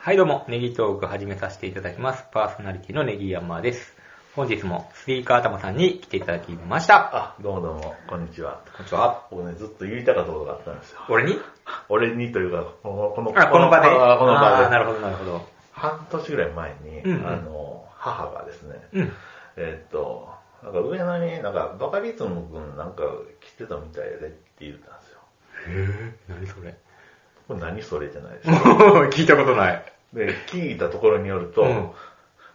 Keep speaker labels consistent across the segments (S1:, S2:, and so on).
S1: はいどうも、ネギトーク始めさせていただきます。パーソナリティのネギ山です。本日もスイーカー頭さんに来ていただきました。
S2: あ、どうもどうも、こんにちは。
S1: こんにちは。
S2: 僕ね、ずっと言いたかったことがあったんですよ。
S1: 俺に
S2: 俺にというか、この、この、
S1: あ、この場で。
S2: あこの場
S1: あー
S2: で。
S1: なるほど、なるほど。
S2: 半年ぐらい前に、
S1: うんうん
S2: あの、母がですね、
S1: うん。
S2: えーっと、なんか上野に、なんか、バカリズムくんなんか来てたみたいでって言ったんですよ。
S1: えー、何それ。
S2: これ何それじゃないですか。
S1: 聞いたことない。
S2: で、聞いたところによると、
S1: うん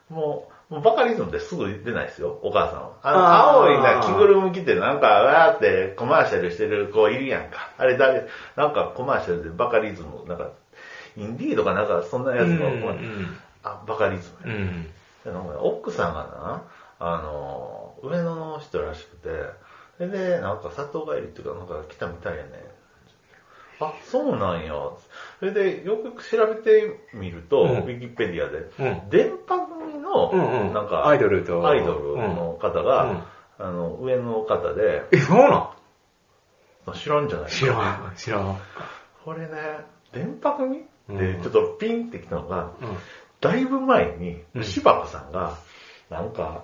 S2: もう、もうバカリズムってすぐ出ないですよ、お母さんは。
S1: あ
S2: あ
S1: ー
S2: の、青いな、着ぐるみ着て、なんか、わーってコマーシャルしてる子いるやんか。あれ誰、なんかコマーシャルでバカリズム、なんか、インディーとかなんか、そんなやつの、
S1: うん
S2: あ、バカリズ
S1: う
S2: ムや。
S1: ん。
S2: でなんか奥さんがな、あの、上野の人らしくて、それで、なんか、里帰りっていうか、なんか来たみたいやね。あ、そうなんや。それで、よくよく調べてみると、
S1: う
S2: ウ
S1: ん
S2: ィキペディアで、
S1: うん。
S2: 電波組
S1: うんう
S2: の、
S1: ん
S2: なんか、
S1: アイドルと
S2: アイドルの方が、あの、上の方で、
S1: え、そうな
S2: 知らんじゃなんい
S1: 知らん、知らん。う
S2: これね、電波組っ
S1: う
S2: て
S1: ん、
S2: ちょっとピンってきたのが、
S1: ん。
S2: だいぶ前に
S1: う、ん
S2: 柴子さんが、なんか、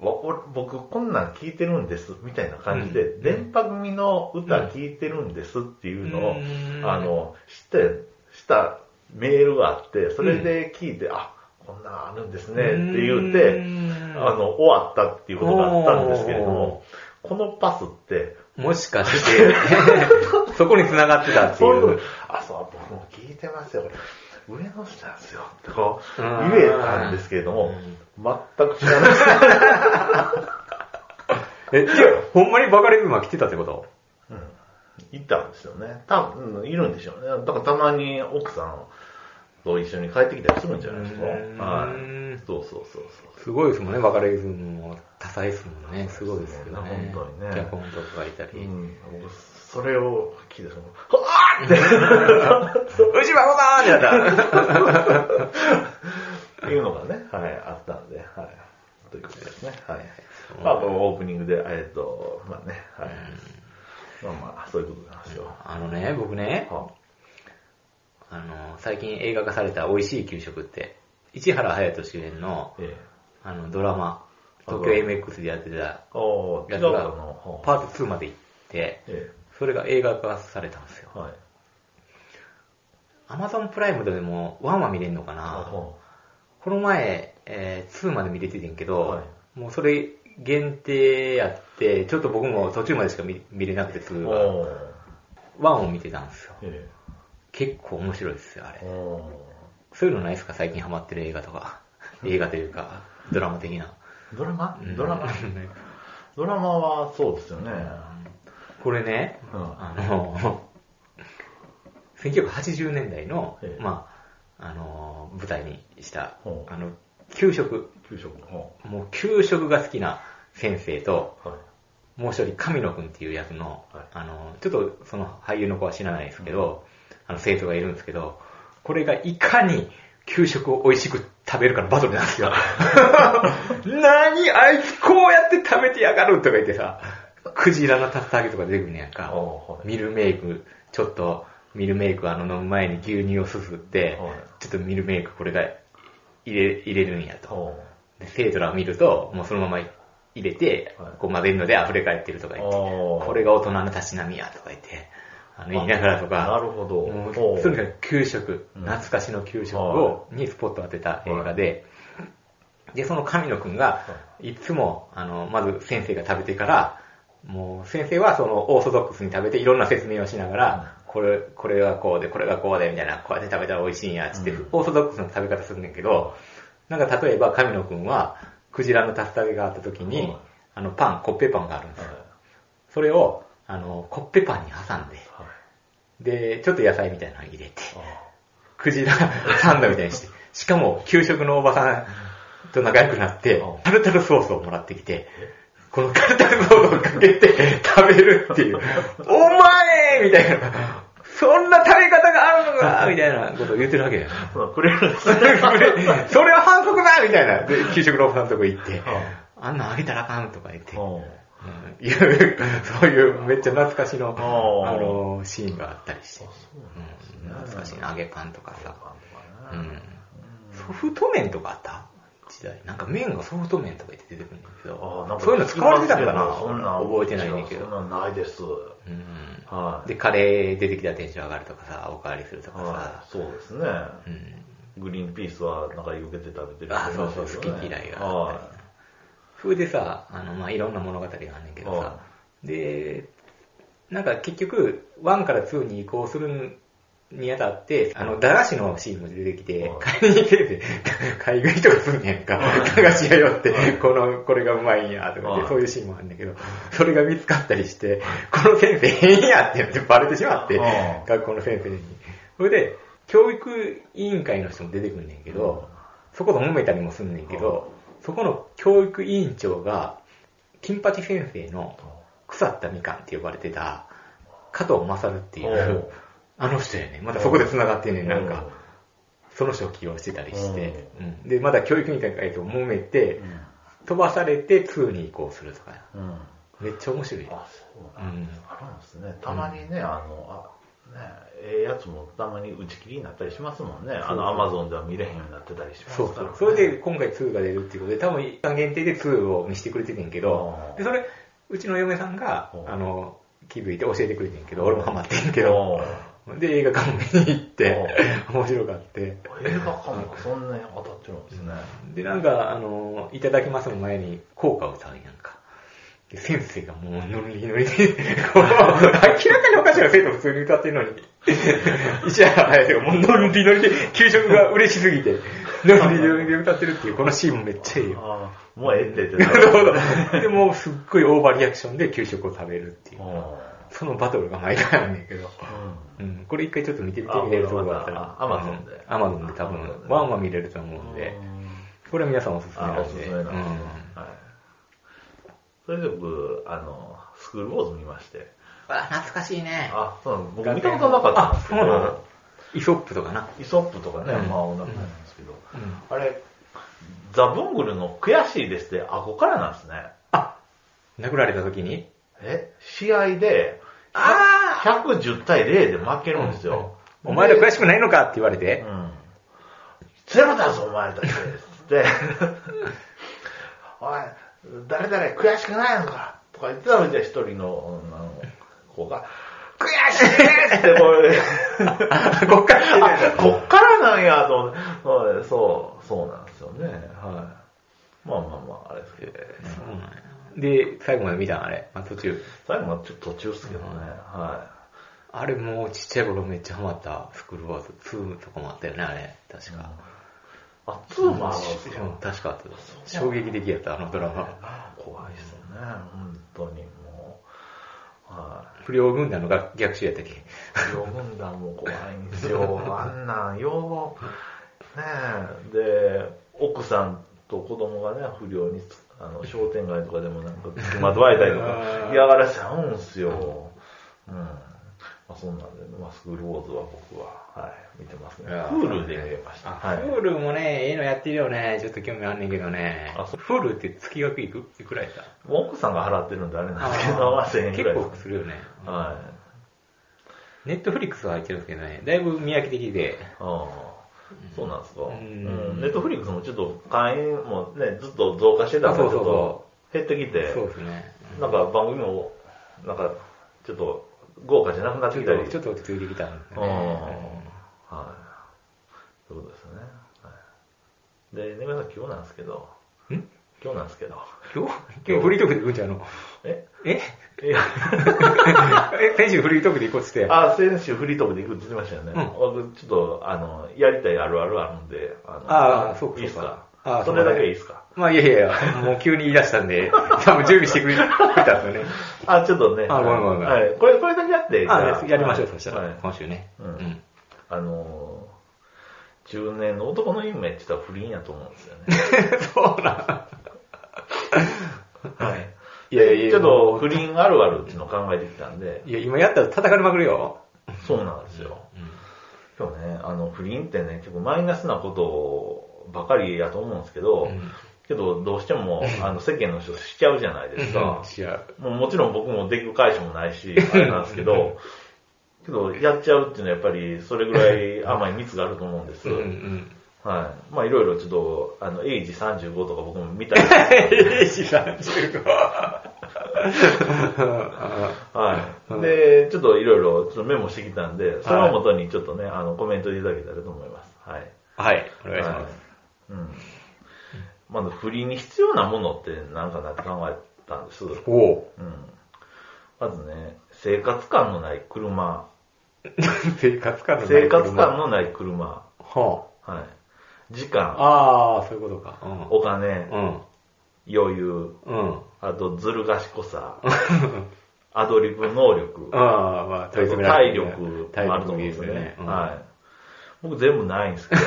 S2: わお僕こんなん聞いてるんです、みたいな感じで、
S1: うん
S2: 電波組の歌聞いてるんですっていうのを、
S1: うん
S2: あの、して、したメールがあって、それで聞いて、あ、こんなんあるんですねって言って、
S1: うん
S2: あの、終わったっていうことがあったんですけれども、このパスって、
S1: もしか して、 そこに繋がってたってい
S2: そういうう。、あ、そう、僕も聞いてますよ、これ上の人なんですよ、ってこう、
S1: うん
S2: 言えたんですけれども、全く知らない。
S1: え、じゃあほんまにバカリズムが来てたってこと
S2: うん。いたんですよね。多分、うんいるんでしょうね。だからたまに奥さんと一緒に帰ってきたりするんじゃないですか。
S1: うん
S2: はい。そうそうそうそう。
S1: すごいですもんね、バカリズムも多彩ですもんね。すごいですよね。
S2: 本当にね
S1: 脚本とかいたり。
S2: う、
S1: うん
S2: 僕それを聞いて、その、あーって
S1: ちばこさんってなった。
S2: っていうのがね、はい、あったんで、はい。ということですね。はい。まあ、このオープニングで、えっと、まあね、はい。まあまあ、そういうことなんですよ。
S1: あのね、僕ね、
S2: は
S1: あの、最近映画化された美味しい給食って、市原隼人主演の、
S2: え
S1: あの、ドラマ、東京 MX でやってた、
S2: え。おー、違
S1: や
S2: う
S1: つ
S2: か
S1: が
S2: の。は
S1: パート2まで行って、
S2: え
S1: それが映画化されたんですよ
S2: え。。はい。
S1: アマゾンプライムでもワンは見れんのかな
S2: は
S1: この前、えー2まで見れててんけど、
S2: は
S1: もうそれ限定やって、ちょっと僕も途中までしか見見れなくて2
S2: い。
S1: は、
S2: おー。
S1: 1を見てたんですよ。
S2: え
S1: 結構面白いですよ、あ
S2: え。
S1: れ。
S2: お
S1: そういうのないですか最近ハマってる映画と か。映画というか、ドラマ的な。
S2: ー。ドラマ
S1: うん
S2: ドラ マドラマはそうですよね。
S1: これね、
S2: うん
S1: あの、1980年代の
S2: え、え
S1: まあ、あの、舞台にした
S2: ほ、う
S1: あの、給食、
S2: 給食の。
S1: もう給食が好きな先生と、
S2: はい。
S1: もう一人、神野くんっていう役の、
S2: はい
S1: あの、ちょっとその俳優の子は知らないですけど、あの、生徒がいるんですけど、これがいかに給食を美味しく食べるかのバトルなんです よ。何あいつこうやって食べてやがるとか言ってさ、クジラの竜田揚げとか出てくるんやんか。
S2: おーはい
S1: ミルメイク、ちょっと、ミルメイクあの飲む前に牛乳をすすって、
S2: はい
S1: ちょっとミルメイクこれが入れ入れるんやと。
S2: おー。
S1: で生徒らを見ると、もうそのまま入れて
S2: はい、
S1: こう混ぜるので溢れ返ってるとか言って、
S2: おー
S1: これが大人のたしなみやとか言って、あの言いながらとか、
S2: なるほど
S1: もう
S2: おー
S1: とにかく給食、
S2: うん
S1: 懐かしの給食を、にスポットを当てた映画で、で、その神野くんが、いつも、あの、まず先生が食べてから、もう先生はそのオーソドックスに食べていろんな説明をしながら、これ、これがこうで、これがこうで、みたいな、こうやって食べたら美味しいんや、つって
S2: うん、
S1: オーソドックスな食べ方するんだけど、なんか例えば神野くんは、クジラの竜田揚げがあった時
S2: は
S1: に
S2: い、
S1: あのパン、コッペパンがあるんです
S2: はい
S1: よ。それを、あの、コッペパンに挟んで、
S2: はい。
S1: で、ちょっと野菜みたいなの入れて、
S2: あ
S1: クジラサンドみたいにして、しかも給食のおばさんと仲良くなって
S2: うん、
S1: タルタルソースをもらってきて、このタルタルソースをかけて食べるっていう、お前みたいな、そんな食べ方があるのかみたいなことを言ってる わけだよ。
S2: ーそうくれるんです ね。
S1: それは反則だみたいな。で給食のおばさんのとこ行って
S2: ん、
S1: あんなんあげたらあかんとか言って、
S2: おー
S1: うんいう そういうめっちゃ懐かしの、
S2: うん
S1: あの、シーンがあったりして。
S2: そう
S1: うん懐かしいな、揚げパンとかさ。
S2: なんだ
S1: うん。ソフト麺とかあった時代。なんか麺がソフト麺とか言って出てくるんだけ
S2: あ
S1: ど
S2: ー、なんか
S1: そういうの使われてたんかな
S2: そんなん
S1: 覚えてないねんけ
S2: そん
S1: ど。
S2: なんないです。
S1: うん
S2: はい。
S1: で、カレー出てきたらテンション上がるとかさ、おかわりするとか
S2: は
S1: さ
S2: い、、そうですね。
S1: うん、
S2: グリーンピースはなんか避けて食べてる
S1: あそうそう、
S2: 人
S1: 好
S2: いま
S1: き
S2: したけどね
S1: 嫌いがあった
S2: は
S1: りな。それでさ、あの、まあ、いろんな物語があんねんけどさ
S2: は、
S1: で、なんか結局、1から2に移行するにあたって、あの、駄菓子のシーンも出てきて
S2: は、
S1: 買いに行けって、 買い食いとかすんねんか、駄菓子屋よって
S2: はい、
S1: この、これがうまいんや、とかっ
S2: は
S1: て、
S2: い
S1: そういうシーンもあるんだけど、それが見つかったりして、この先生変やって言ってバレてしまって
S2: は、い
S1: 学校の先生に。それで、教育委員会の人も出てくんねんけど、そこと揉めたりもすんねんけど、そこの教育委員長が、金八先生の腐ったみかんって呼ばれてた、加藤勝ってい
S2: お
S1: う
S2: う、
S1: あの人やね。またそこで繋がってんねん、なんか。その人を起用してたりして、うんで、まだ教育委員会と揉めて
S2: う、ん。
S1: 飛ばされて2に移行するとか。
S2: うん。
S1: めっちゃ面白い。
S2: あ、そう
S1: う
S2: なん
S1: ん。
S2: あるんですね。たまにね、あの、あ、ね、ええやつもたまに打ち切りになったりしますもんね。あの、アマゾンでは見れへんようになってたりしますか
S1: そ
S2: ら、
S1: う
S2: ね。
S1: そう。それで今回2が出るっていうことで、多分一般限定で2を見せてくれててんけど
S2: う、ん
S1: で、それ、うちの嫁さんが
S2: う、ん
S1: あの、気づいて教えてくれてんけど、俺もハマってんけ
S2: け
S1: ど、
S2: ど、
S1: で、映画館見に行って、面白かって。
S2: 映画館もそんなに当たってるんですね。
S1: で、なんか、あの、いただきますの前に効果を歌うやんか。で先生がもうノリノリで、こう、明らかにおかしいな生徒普通に歌ってる のに。一夜早いけど、もうノリノリで、給食が嬉しす ぎて、ノリノリで歌ってるっていう、このシーンもめっちゃいいよ。
S2: あーもうええって って
S1: なるほど。で、もうすっごいオーバーリアクションで給食を食べるっていう。そのバトルが毎回あるんだけど。うん、これ一回ちょっと見てみて
S2: あ
S1: みれるとこがあったら。
S2: これまた Amazon で
S1: アマゾンで多分、ワンワン見れると思うんで。これ皆さんおすすめ
S2: あ
S1: な
S2: お
S1: ん
S2: すす
S1: で。
S2: めなんですね、
S1: うん
S2: はい。それで僕、あの、スクールウォーズ見まして。
S1: あ、懐かしいね。
S2: あ、そうなの僕見たことなかったんですけ
S1: あそうなの
S2: ど、
S1: イソップとかな。
S2: イソップとかね、
S1: うん
S2: まあお亡くなりなんですけど、
S1: うん
S2: あれ、ザ・ブングルの悔しいですって、あこからなんですね。
S1: あ、殴られた時に
S2: え試合で、
S1: あ
S2: 110対0で負けるんですよ。
S1: お前ら悔しくないのかって言われて。
S2: うんゼロだぞ、お前たちつって、おい、誰々悔しくないのかとか言ってたのじゃあ一人の女の子が、悔しいってこれ、
S1: こっから来てるや
S2: あこっからなんやと思ってはいそう、そうなんですよね。はい。まあまあまあ、あれですけど、
S1: つそうなんやで、最後まで見たんあれ。まあ、途中。
S2: 最後までちょっと途中ですけどね。は
S1: あれもうちっちゃい頃めっちゃハマった。スクールワーズ2とかもあったよね、あれ。確
S2: い。
S1: か。
S2: あ、ツーもあるんです
S1: う
S2: よ
S1: ん。確かあった。衝撃的やった、あのドラマ。
S2: 怖いですよね、本当にもう。はい。
S1: 不良軍団のが逆襲やったっけ。
S2: 読むんだもう怖いんです よ。あんなん、よう、ねえ。で、奥さんと子供がね、不良につ、あの、商店街とかでもなんか、付きまとわれたりと
S1: う
S2: か
S1: ん、
S2: 嫌がらせちゃうんすよ。うん。まあ、そんなんで、まあ、スクールウォーズは僕は、はい、見てますね。
S1: いやー
S2: クールで見れました。はい。
S1: フールもね、ええのやってるよね。ちょっと興味あんねんけどね
S2: あそ。
S1: フールって月額いくいくらやった
S2: もう奥さんが払ってるんであれなんですけど、まあ、1000円く
S1: 結
S2: らいです
S1: 構するよね。
S2: はい。
S1: ネットフリックスは入ってるんですけどね、だいぶ見飽き的で。
S2: ああ、そうなんですか。
S1: う
S2: うんん。ネットフリックスもちょっと会員もね、ずっと増加してた
S1: あ
S2: の
S1: そう
S2: が
S1: そ
S2: ち
S1: う
S2: ょっ
S1: そ
S2: と減ってきて、
S1: そうですね。
S2: なんか番組も、なんかちょっと豪華じゃなくなって
S1: ちょ
S2: きた
S1: っ
S2: り。
S1: と、ちょっと落ち着いてきたんです
S2: うん。
S1: よね。
S2: はい。そういうことですね。はい、で、ねめさん今日なんですけど、
S1: ん
S2: 今日なんですけど、
S1: 今日、今日フリートークで行くんちゃうの
S2: え
S1: え
S2: いや、
S1: え、先週フリートークで行こうっつって。
S2: あ、先週フリートークで行くって言ってましたよね。
S1: うん
S2: 僕ちょっと、あの、やりたいあるあるあるんで、あの
S1: あーそうかそうか
S2: いいっすか
S1: あー
S2: それだけいいっすか
S1: まあいやいやいや、もう急に言い出したん で、多分準備してくれくれたんですよね。
S2: あ、ちょっとね。
S1: あごめんごめんごめん
S2: はい。これ、これだけやって。
S1: あ
S2: じゃ
S1: やりましょう、そした
S2: は
S1: ら。
S2: い。
S1: 今週ね。
S2: う
S1: うんん。
S2: あのー、中年の男の運命って言ったら不倫やと思うんですよね。
S1: そうなん。
S2: はい。
S1: いやいやいや
S2: ちょっと不倫あるあるっていうのを考えてきたんで、
S1: いや、今やったら叩かれまくるよ。
S2: そうなんですよ。今日ね、あの、不倫ってね、結構マイナスなことばかりやと思うんですけど、
S1: うん
S2: けど、どうしても、あの、世間の人しちゃうじゃないですか。
S1: 違う。
S2: もうもちろん僕もできる会社もないし、あれなんですけど、けど、やっちゃうっていうのはやっぱり、それぐらい甘い蜜があると思うんです。
S1: うんうん。
S2: はい。まあ、いろいろちょっと、あの、エイジ35とか僕も見たり、
S1: エイジ35。
S2: はい。で、ちょっといろいろちょっとメモしてきたんで、それを元にちょっとね、あの、コメントいただけたらと思います。はい。
S1: はい、お願いします。
S2: はい。うん。まず、振りに必要なものって何かなって考えたんです。うん。
S1: おお
S2: まずね、生活感のない車。
S1: 生活感のない
S2: 生
S1: 車
S2: 活感のない車。
S1: は
S2: はい。時
S1: あ、
S2: 間、
S1: ああ、そういうことか。
S2: お金
S1: う、ん。
S2: 余裕、
S1: うん。うん。
S2: あとずる賢さ、アドリブ能力、
S1: ああ、まあ、問い詰められて
S2: 体
S1: る
S2: 力もあると思うんですよね。
S1: うん
S2: はい。僕全部ないんです けど、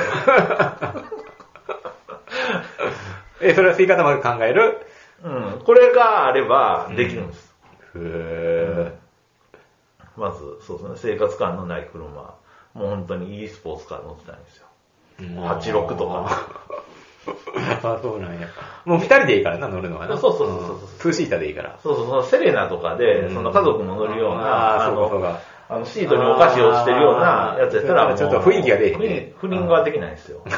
S1: え、それは吸い方まで考える
S2: うん、これがあればできるんです。
S1: へ
S2: まず、そうですね、生活感のない車。もう本当に e スポーツカー乗ってたんですよ。
S1: え。
S2: 86とか。
S1: あ、そうなんや。もう二人でいいからな、乗るのはな。
S2: そうそうそうそうそうん
S1: ツーシーターでいいから。
S2: そうそう、そのセレナとかで、
S1: うん
S2: その家族も乗るよう
S1: あー
S2: な、あ
S1: そう
S2: の
S1: か、
S2: あのシートにお菓子をしてるようなやつやったら
S1: あー
S2: もう、
S1: ちょっと雰囲気が出えへんね
S2: 不倫ができないんですよ。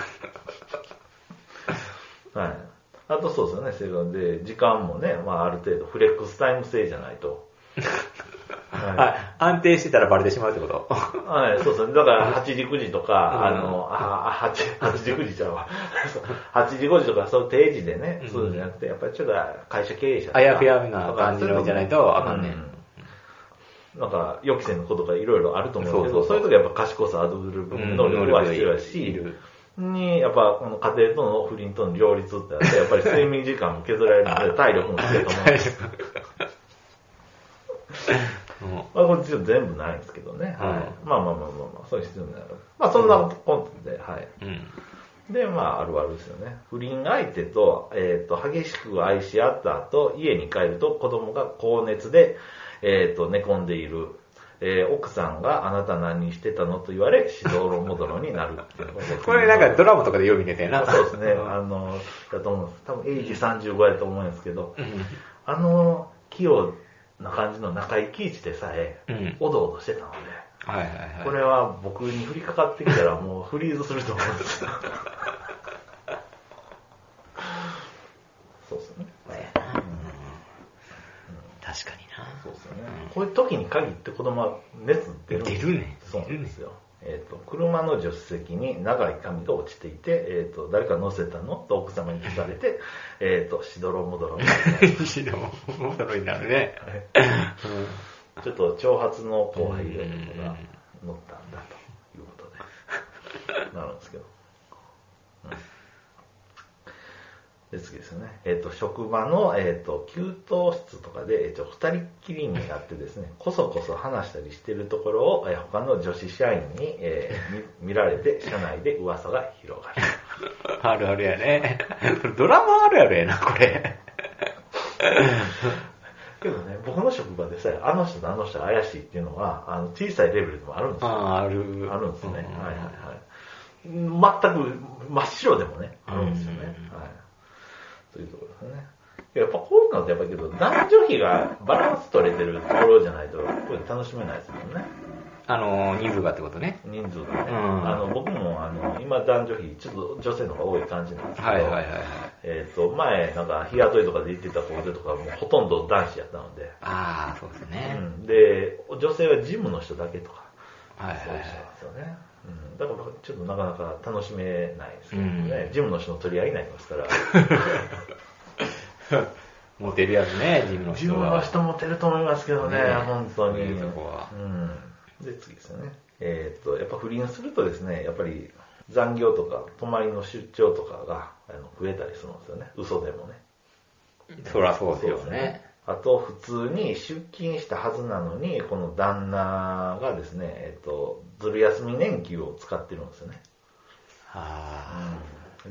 S2: はい。あとそうですよね、生活で、時間もね、まあある程度フレックスタイム制じゃない と。はい
S1: あ、安定してたらバレてしまうって こと。
S2: はい、そうそう。だから、8時、9時とか、
S1: うん
S2: あの、あ、8, 8時、9時ちゃうわ。 そう8時、5時とか、そう定時でね、
S1: うん
S2: そうじゃなくて、やっぱりちょっと会社経営者とか
S1: あやふやな感じのじゃないとあかんね。
S2: うんなんか、予期せぬことがいろいろあると思うんですけど、
S1: そ
S2: そうう
S1: いうそう
S2: いう時はやっぱ賢さ、アドリブ能力は必要やし、
S1: い る。
S2: に、やっぱ、この家庭との不倫との両立ってあって、やっぱり睡眠時間も削られるので、 体力も必要と思うんです
S1: うん
S2: まあ、これ実は全部ないんですけどね。はい。
S1: う
S2: まあまあまあまあまあ、そういう必要になる。まあ、そんなコントで、はい。
S1: うん。
S2: で、まあ、あるあるですよね。不倫相手と、えっ、と、激しく愛し合った後、家に帰ると子供が高熱で、えっ、と、寝込んでいる。えー奥さんがあなた何してたのと言われ、しどろもどろになるっていう
S1: これなんかドラマとかでよく見てたよな。
S2: そうですね。あの、だと思うんです。多分、エイジ35やと思うんですけど、あの、器用な感じの中井貴一でさえ
S1: うん、
S2: おどおどしてたので、
S1: はいはいはい。
S2: これは僕に降りかかってきたらもうフリーズすると思うんですよ。 そうですよね。
S1: 確かにな。
S2: そうですよね。こういう時に限って子供は熱出るんです
S1: 出るね
S2: そうなんですよ。えっと車の助手席に長い髪が落ちていて、えっと誰か乗せたのと奥様に聞かれて、えっとしどろも どろになる
S1: 西野も驚いになるね。
S2: ちょっと挑発の後輩が乗ったんだということで、なるんですけど。うん、で次ですよね。えっ、と、職場の、えっ、と、給湯室とかで、えっ、と、二人っきりになってですね、こそこそ話したりしてるところを、えー他の女子社員に、えーみ見られて、社内で噂が広がる。
S1: あるあるやね。ドラマあるあるやな、これ。
S2: けどね、僕の職場でさえ、あの人とあの人怪しいっていうのは、あの、小さいレベルでもあるんです
S1: あ
S2: よ。
S1: あ、ある。
S2: あるんですね。はい
S1: うん
S2: はいはい。全く真っ白でもね、あるんですよね。はい。というところですね。やっぱこういうのってやっぱりけど、男女比がバランス取れてるところじゃないと、こういうの楽しめないですもんね。
S1: あの、人数がってことね。
S2: 人数がね。
S1: うん
S2: あの、僕もあの、今男女比、ちょっと女性の方が多い感じなんですけど、
S1: はいはいはいはい。
S2: えっ、と、前、なんか、日雇いとかで行ってた校でとか、もうほとんど男子やったので、
S1: ああ、そうですね
S2: う。ん。で、女性はジムの人だけとか、
S1: はい
S2: そう
S1: は
S2: ないん
S1: はい。
S2: ですよね。うん、だからちょっとなかなか楽しめないですけどね、
S1: うん
S2: ジムの人の取り合いになりま すから、
S1: モテるやつね、ジムの
S2: ジ
S1: 人
S2: ム
S1: は。
S2: の人も出ると思いますけどね、
S1: ね
S2: 本当に、
S1: ねそこは
S2: うん。で、次ですよね。えーっと、やっぱ不倫するとですね、やっぱり残業とか、泊まりの出張とかがあの増えたりするんですよね、嘘でもね。
S1: そらそうですよね。
S2: あと、普通に出勤したはずなのに、この旦那がですね、えーっと、ずる休み年休を使ってるんですよね。
S1: あ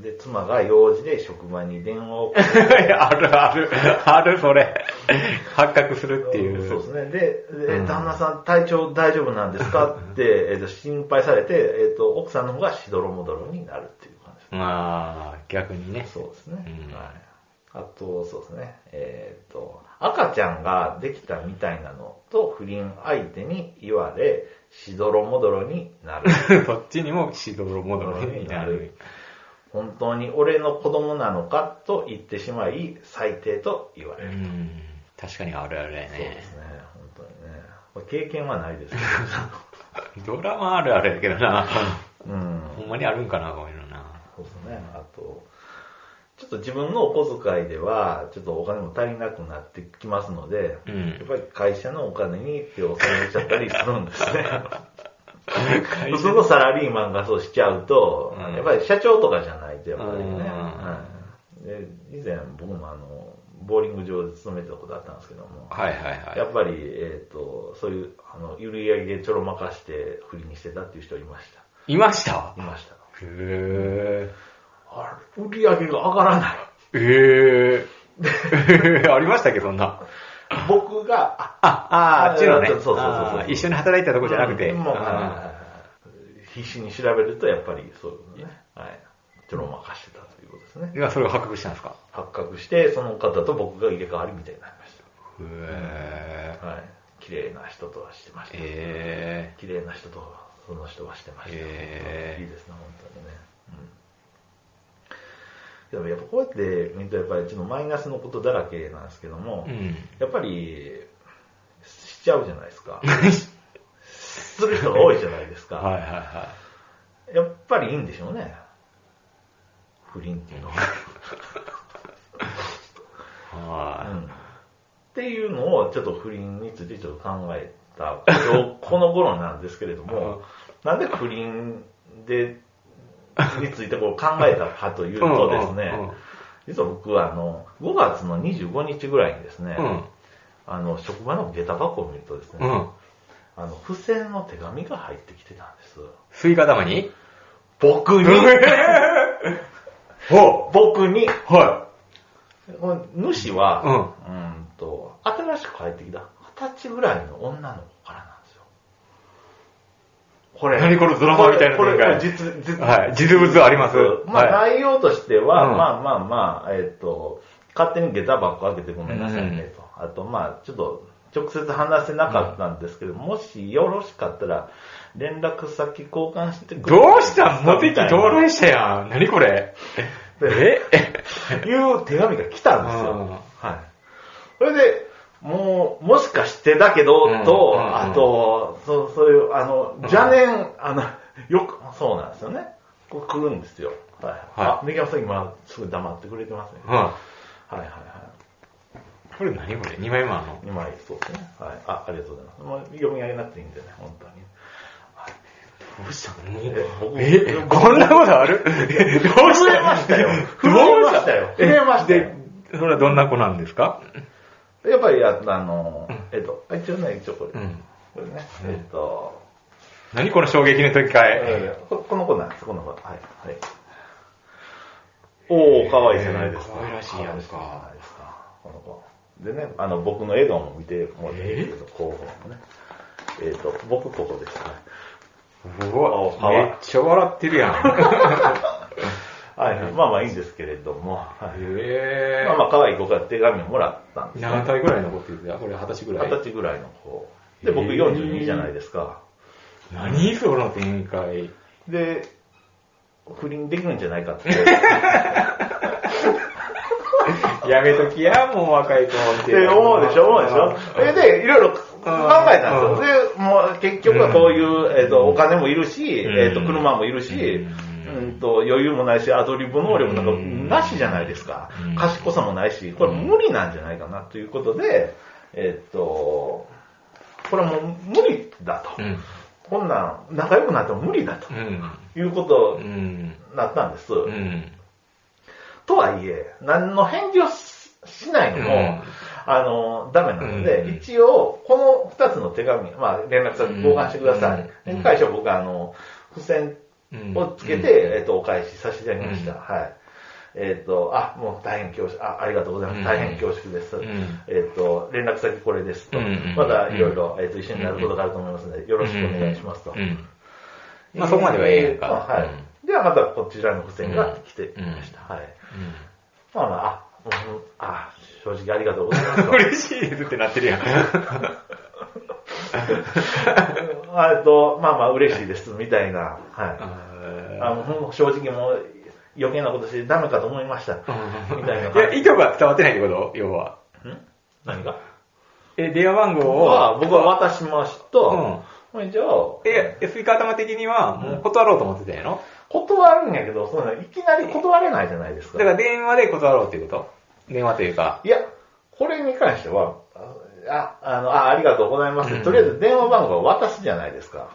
S2: で、妻が用事で職場に電話をか
S1: あ。いやあるある。ある、それ。発覚するってい
S2: そうで
S1: う。
S2: すね。で、で
S1: うん
S2: 旦那さん体調大丈夫なんですかって、 えーと心配されて、えーと、奥さんの方がしどろもどろになるっていう感じ
S1: まあ、逆にね
S2: です。。そうですね。
S1: うん
S2: はい。あと、そうですね。えっ、と、赤ちゃんができたみたいなのと不倫相手に言われ、しどろもどろになる。
S1: そっちにもしどろもどろになる。
S2: 本当に俺の子供なのかと言ってしまい、最低と言わ
S1: う
S2: れる。
S1: ん。確かにあるあるや
S2: そうで
S1: ね。
S2: すね、本当にね。これ経験はないですけ
S1: ドラマあるあるやけどな。
S2: ど。うん。
S1: ほんまにあるんかな、こういうのな。
S2: そうですね。あと、ちょっと自分のお小遣いでは、ちょっとお金も足りなくなってきますので、
S1: う
S2: やっ
S1: ん。
S2: ぱり会社のお金に手を染めちゃったりするんですね。
S1: 会
S2: 普通のサラリーマンがそうしちゃうと、
S1: うん
S2: やっぱり社長とかじゃないと、やっぱり
S1: うん
S2: ね。はいで以前僕もあの、ボーリング場で勤めてたことあったんですけども、
S1: はいはい
S2: や
S1: は
S2: っぱり、えっ、と、そういう、あの、ゆるやりでちょろまかして振りにしてたっていう人いまし
S1: い。いました
S2: た。いました。
S1: へえ。
S2: あれ、売り上げが上がらない。
S1: ええ。ありましたっけ、そんな。
S2: 僕が、あ
S1: あ、あー、あっちのね。
S2: そうそうそうそう
S1: あー一緒に働いてたとこじゃなくて。
S2: うんもう
S1: あ
S2: 必死に調べると、やっぱりそういうのね、はい、ちょろまかしてたということですね
S1: ー。今それを発覚したんですか
S2: 発覚して、その方と僕が入れ替わりみたいになりまし
S1: へ
S2: た。はい。綺麗な人とはしてました。
S1: え
S2: 綺麗な人とその人はしてました。
S1: へー
S2: いいですね、本当にね。うん、でもやっぱこうやって見ると、やっぱりちょっとマイナスのことだらけなんですけども、
S1: えうん。
S2: やっぱり、しちゃうじゃないですか。する人が多いじゃないですか。
S1: はいはいは
S2: やっぱりいいんでしょうね。不倫っていうのは。
S1: い。は
S2: うんっていうのを、ちょっと不倫についてちょっと考え た、今日この頃なんですけれども、なんで不倫で、についてこう考えたかというとです
S1: うんうんう
S2: ね
S1: ん、
S2: 実は僕はあの、5月の25日ぐらいにですね
S1: い。、うん。
S2: あの、職場の下駄箱を見るとです
S1: う
S2: ね、
S1: ん。
S2: あの、付箋の手紙が入ってきてたんです。
S1: スイカ玉に
S2: 僕に、
S1: お
S2: 僕に、
S1: は
S2: この主は、うん、と、新しく入ってきた、二十歳ぐらいの女の子からなんですよ。これ。
S1: 何これドラマみたいな
S2: これ、これ
S1: 展開
S2: 実、実、
S1: はい実物あります
S2: まあ、
S1: は
S2: 内容としては、
S1: うん
S2: まあまあまあ、えっ、と、勝手に下駄箱開けてごめんなさいねと。あと、まあ、ちょっと、直接話せなかったんですけど、もしよろしかったら、連絡先交換して
S1: い。
S2: くれ
S1: どうしたモテ
S2: み
S1: キ
S2: たいな
S1: 到来したやん。何これえ
S2: いう手紙が来たんです
S1: うん
S2: よ。はい。それで、もう、もしかしてだけど、
S1: うん
S2: と、
S1: うん
S2: あと、そう、そういう、あの、邪念、あの、よく、そうなんですよね。こう来るんですよ。はい。
S1: は
S2: あ、できます今、すぐ黙ってくれてますね。はい
S1: うん。
S2: はいはい。
S1: これ何これ ?2 枚目あんの
S2: 今、そうですね。はい。あ、ありがとうございます。もう読み上げなくていいんでね、本当に。
S1: どうした
S2: え僕
S1: え、こんなことあるどうし
S2: 震え
S1: た
S2: ましたよ。震
S1: どう
S2: えましたよ。震えましたよ
S1: で。、それはどんな子なんですか
S2: やっぱり、ああの、えっと、あ一応ね、一応これ。
S1: うん。
S2: これね、えっと、
S1: 何この衝撃の時かえ。
S2: えーここの子なんです、この子。はい。はい、おー、可愛いじゃないですか。
S1: えー可愛らしいやんか
S2: 可愛らしいじゃないですか。この子。でね、あの、僕の笑顔も見てもらっていいんですけど、こうね。えっ、と、僕ここですね。
S1: うわ
S2: か、わいい
S1: めっちゃ笑って るやん。
S2: はい、はい。まあまあいいんですけれども、はい、
S1: え
S2: まあまあ可愛い子から手紙をもらったんです、
S1: 何歳ぐらいの子って言うてたこれ二十歳ぐら
S2: 二
S1: い
S2: 十。歳ぐらいの子。で、僕
S1: えー
S2: 42じゃないですか。
S1: 何その展開。
S2: で、不倫できるんじゃないかって。
S1: やめときや、もう若い子っ
S2: って思うでしょ、思うでしょ。それで、いろいろ考えたんですよ。で、もう結局はこういう、えっと、お金もいるし、
S1: うん
S2: えっと、車もいるし、
S1: うん
S2: うんと、余裕もないし、アドリブ能力
S1: う
S2: なん
S1: ん
S2: かなしじゃないですか
S1: うん。
S2: 賢さもないし、これ無理なんじゃないかなということで、えっと、これはもう無理だと。
S1: うん。
S2: こんなん、仲良くなっても無理だと
S1: うん。
S2: いうこと
S1: うん。
S2: になったんです。
S1: うん。
S2: とはいえ、何の返事をししないのも、
S1: うん
S2: あの、ダメなので、
S1: うん
S2: 一応、この二つの手紙、まあ、連絡先交換してください。
S1: うん
S2: で会社は僕は、あの、付箋
S1: うん
S2: をつけて、えっ、と、お返しさせていただきました。
S1: うん
S2: はい。えっ、と、あ、もう大変恐縮、あ、ありがとうございます。
S1: うん
S2: 大変恐縮です。
S1: うん
S2: えっ、と、連絡先これですと。
S1: うん
S2: また、いろいろ、えっ、と、一緒になることがあると思いますので、よろしくお願いしますと。
S1: うん。まあそこまではええやんか
S2: まあはい。では、またこちらの付箋が来てきました。はい。まあまあ、あ、うんあ、正直ありがとうございます
S1: うん嬉しいですってなってるやん。
S2: あえっと、まあまあ嬉しいです、みたいな。は
S1: あ
S2: い。
S1: ー
S2: あのほん正直もう余計なことしてダメかと思いました。みたいな。
S1: いや、意図が伝わってないってこと要は。
S2: ん何が
S1: え、電話番号を。
S2: は、僕は渡しました。
S1: うん
S2: ほいじゃあ、
S1: え、スイカ頭的には、もう断ろうと思ってたんやろ
S2: 断るんやけど、そのいきなり断れないじゃないですか。
S1: だから電話で断ろうっていうこと電話というか。
S2: いや、これに関しては、あ、あの、あありがとうございます。
S1: うん
S2: とりあえず電話番号は渡すじゃないですか。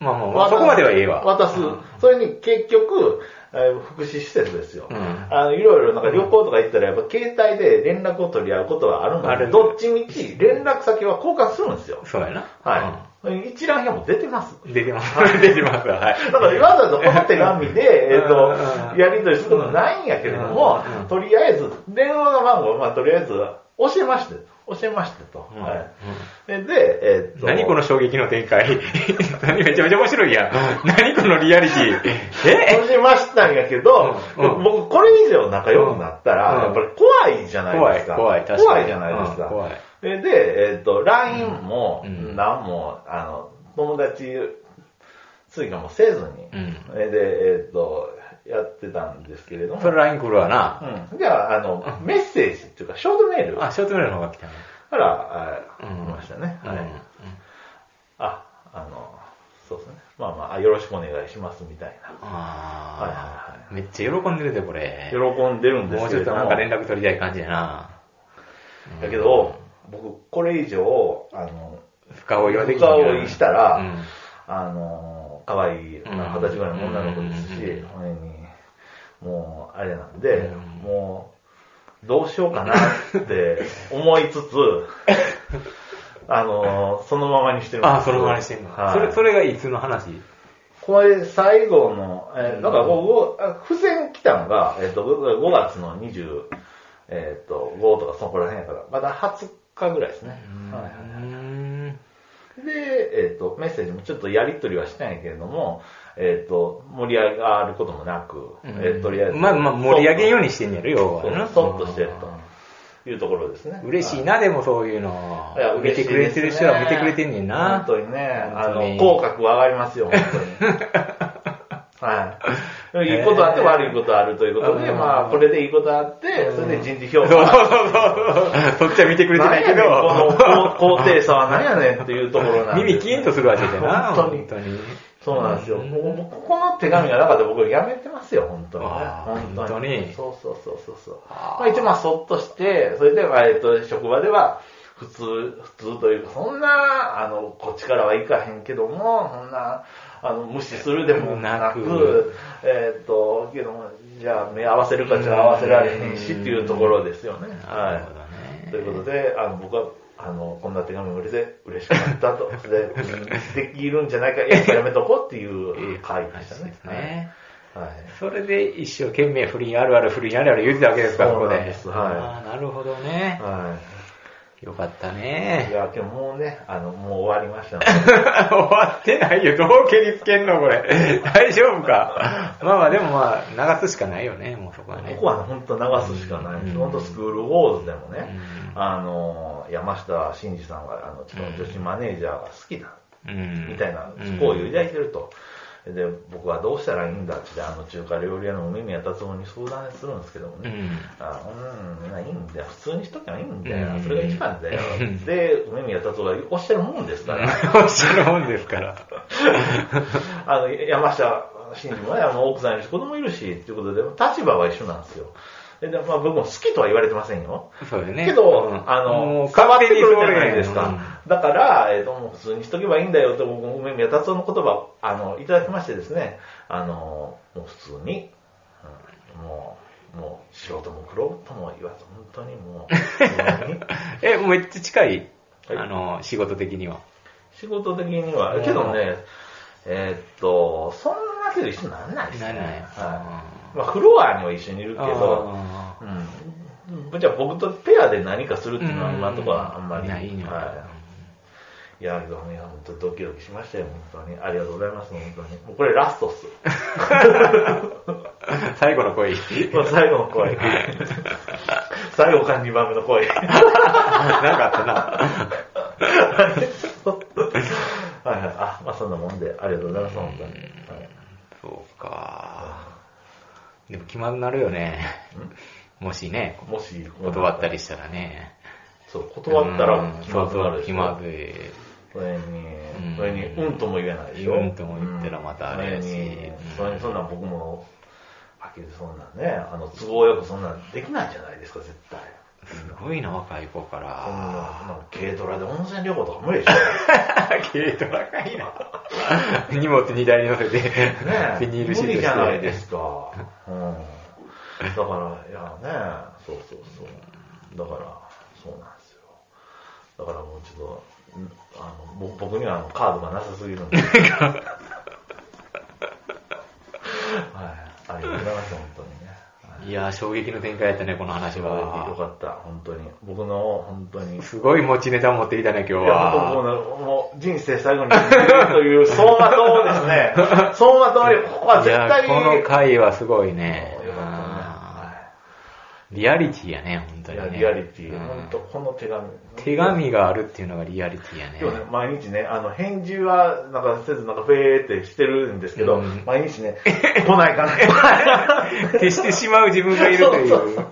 S1: まあまあまあ、そこまでは言えわ。
S2: 渡す
S1: うん。
S2: それに結局、えー福祉施設ですよ。
S1: うん
S2: あの、いろいろなんか旅行とか行ったら、やっぱ携帯で連絡を取り合うことはあるの
S1: あ
S2: で、
S1: る
S2: どっちみち連絡先は交換するんですよ。
S1: そうやな。
S2: はい。一覧表も出てます。
S1: うん。出てます。 出てますわ。はい。
S2: だからわざわざこの手紙で、えっと
S1: う、ん
S2: やり取りすることないんやけれども
S1: うんうん、
S2: とりあえず、電話の番号を、まあ、とりあえず、教えまして、教えましてと。
S1: うん
S2: はいで、でえっと、
S1: 何この衝撃の展開 何めちゃめちゃ面白いやん。何このリアリティ え
S2: 教えましたんやけど、
S1: うんうん
S2: 僕、これ以上仲良くなったら、
S1: うん
S2: やっぱり怖いじゃない
S1: 怖
S2: で
S1: い、
S2: すか。
S1: 怖い、確かに。
S2: 怖いじゃないですか。
S1: うん怖い。
S2: で、でえっ、と、LINE も、
S1: うん
S2: なんも、あの、友達追加もせずに、
S1: うん
S2: えで、えっ、と、やってたんですけれども
S1: そ、れ LINE 来るわな。
S2: うん。じゃあ、あの、メッセージっていうか、ショートメールか
S1: あ、ショートメールの方が来たね。
S2: ら、
S1: う
S2: あ
S1: ん
S2: 来ましたね。
S1: うん
S2: は
S1: う
S2: い
S1: ん。
S2: あ、あの、そうですね。まあまああ、よろしくお願いします、みたいな。
S1: あ
S2: はいはい
S1: あ、めっちゃ喜んでるぜ、これ。
S2: 喜んでるんで
S1: も
S2: す
S1: う
S2: け
S1: ちょっと
S2: れども。
S1: なんか連絡取りたい感じやな。
S2: だけど、僕、これ以上、あの、
S1: 深追いはでき
S2: 深追いしたら
S1: うん
S2: あの、可愛い、まあ二十歳ぐらいの女の子ですし、
S1: うん
S2: ほれに、もう、あれなんで
S1: うん、
S2: もう、どうしようかなって思 いつつ、あの、そのままにしてるんです
S1: あ、そのままにしてんの。
S2: はい
S1: それ、それがいつの話
S2: これ、最後の、えーなんかこう、あ付箋来たのが、えっ、と、5月の20、えっ、と、5とかそこら辺やから、まだ20日ぐらいですね。はいはいはい
S1: うん
S2: で、えっ、と、メッセージもちょっとやりとりはしてないけれども、えっ、と、盛り上がることもなく、えーとりあえず。
S1: まあまあ盛り上げんようにしてんねやろ、要は
S2: そう
S1: な。
S2: そっとしてるというところですね。
S1: 嬉しい
S2: な。
S1: な、でもそういうの
S2: いや。嬉
S1: 見
S2: しい
S1: て
S2: です
S1: く
S2: ね
S1: れてる人は見てくれてんねんな。
S2: 本当にね、あ
S1: 本当に
S2: の、口角は上がりますよ、本当に。はい。いいことあって悪いことあるということで、
S1: うん
S2: まあ、これでいいことあって、それで人事
S1: そ
S2: 評
S1: うそう
S2: 価。
S1: そうそう。そっちは見てくれてないけど。
S2: なんやねんこの高高低差は何やねんっていうところなんで。
S1: 耳キーンとするわけだな、
S2: 本当に
S1: 本当に。
S2: そうなんですよ。もう僕この手紙がなかったら僕やめてますよ、本当にね。
S1: あー
S2: 本当に
S1: 本当に
S2: そうそうそうそうそう。
S1: あー
S2: まあ、一応まあ、そっとして、それで、まあえっと、職場では、普通、普通というか、そんな、あの、こっちからはいかへんけども、そんな、あの、無視するでもなく、
S1: なく
S2: えっと、けども、じゃあ、目合わせるかじゃあ合わせられへんしっていうところですよね。
S1: なる
S2: は
S1: ほどね
S2: い。ということで、あの、僕は、あの、こんな手紙をれて嬉しかった と。で、できるんじゃないか、やっぱやめとこうっていう回でしたね。
S1: ね。
S2: はい。
S1: それで一生懸命不倫あるある不倫あるある言ってたわけですから、
S2: そ
S1: こ
S2: う
S1: こ
S2: なんで
S1: で。
S2: すはい
S1: ああ、なるほどね。
S2: は
S1: よかった
S2: い。い
S1: ね。
S2: や、今日もうね、あの、もう終わりましたので。
S1: 終わってないよ。どう蹴りつけんのこ れ。大丈夫か。まあまあ、でもまあ、流すしかないよね、もうそこはね。
S2: ここはね、本当流すしかないです。
S1: うん
S2: 本当スクールウォーズでもね、あの、山下真司さんが、あの、ちょっと女子マネージャーが好きだ。
S1: うん
S2: みたいな好意を抱いてると。で、僕はどうしたらいいんだって、あの中華料理屋の梅宮達夫に相談するんですけども
S1: う
S2: ね。
S1: ん。
S2: あうん、いいんだよ。普通にしときゃいいんだよ
S1: う。ん
S2: それが一番だよ。で、梅宮達夫がおっしゃるもんですから、
S1: おっしゃるもんですから。
S2: あの、山下真司もね、あの奥さんいるし、子供いるし、っていうことで、立場は一緒なんですよ。で、でまあ僕も好きとは言われてませんよ。
S1: そうだね。
S2: けど、
S1: うん
S2: あ
S1: も
S2: の
S1: う、
S2: 変わっ
S1: 勝
S2: て
S1: 手
S2: く
S1: に
S2: るじ
S1: そ
S2: ゃ
S1: れ
S2: ないですか。だから、えっ、と、もう普通にしとけばいいんだよと、僕、梅宮達夫の言葉、あの、いただきましてですね、あの、もう普通に、うんもう、もう、素人も苦労とも言わず、本当にもう、本当 に
S1: え、もうめっちゃ近い、
S2: はい
S1: あの、仕事的には。
S2: 仕事的には、けどね、えーっと、そんなけど一緒にならないですね。
S1: ならない
S2: はい。まあ、フロアには一緒にいるけど、
S1: あ
S2: うん。じゃあ僕とペアで何かするっていうのは
S1: うん
S2: 今のところはあんまり。
S1: ないね
S2: はい。いや、けどね、本当ドキドキしましたよ、本当に。ありがとうございます、本当に。もうこれラストっす。
S1: ー 最後の恋。
S2: もう最後の声。最後から2番目の声。
S1: なんかあったな。
S2: そんなもんで、ありがとうございます、本当に。はい
S1: そうか。でも気まずなるよね。もしね、
S2: もし、
S1: 断ったりしたらね。
S2: そう、断ったら
S1: うん
S2: 気まずく
S1: そう
S2: なる
S1: そう
S2: でし
S1: 気
S2: ょ
S1: まずい。
S2: それに
S1: うん、
S2: それに、うんとも言えないでしょ。
S1: うんとも言ったらまたあれやし
S2: そに
S1: うん、
S2: それにそんなん僕も、はっきりそんなんね、あの、都合よくそんなんできないじゃないですか、絶対。
S1: すごいな、若い子か
S2: そん な、
S1: ら。
S2: そんな軽トラで温泉旅行とか無理でしょ。
S1: 軽トラがいいな。荷物荷台に乗せて、
S2: ね
S1: ビニールシートして。
S2: 無理じゃないで すか。うん。だから、いやね、そうそうそう。だから、そうなんですよ。だからもうちょっと、んあのぼ僕にはあのカードがなさすぎる んで。はい。ありがとうございます、本当にね。はい
S1: いやー、衝撃の展開やったね、この話
S2: よか
S1: は。
S2: った、本当に。僕の、本当に。
S1: すごい持ちネタ持ってきたね、今
S2: い
S1: 日
S2: や、もう
S1: は。
S2: もう人生最後に決めるという走馬灯をです ね、走馬灯より、ここは絶対に
S1: いやーこの回はすごいね。
S2: よかった
S1: あ
S2: ねは
S1: ーリアリティやね、本
S2: い。
S1: 当
S2: い
S1: に
S2: や、
S1: ね。
S2: リアリティ、
S1: うん
S2: 本当この手紙。
S1: 手紙があるっていうのがリアリティやね。
S2: 今日ね、毎日ね、あの、返事は、なんかせず、なんか、フェーってしてるんですけど、
S1: うん
S2: 毎日ね、来ないかないかない。
S1: 消してしまう自分がいるとい
S2: そうそうそう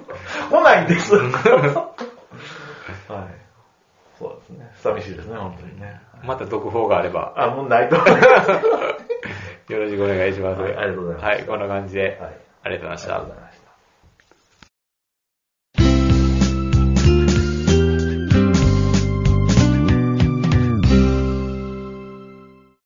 S2: う。来ないん です。はい。そうですね。寂しいですね、本当にね。
S1: また続報があれば、
S2: あ、もうない と思います。はい
S1: よろしくお願いします。
S2: はいありがとうございます
S1: はい、こんな感じで、
S2: あり
S1: ありがとうございま
S2: が
S1: し
S2: とう
S1: た
S2: ござ。いました。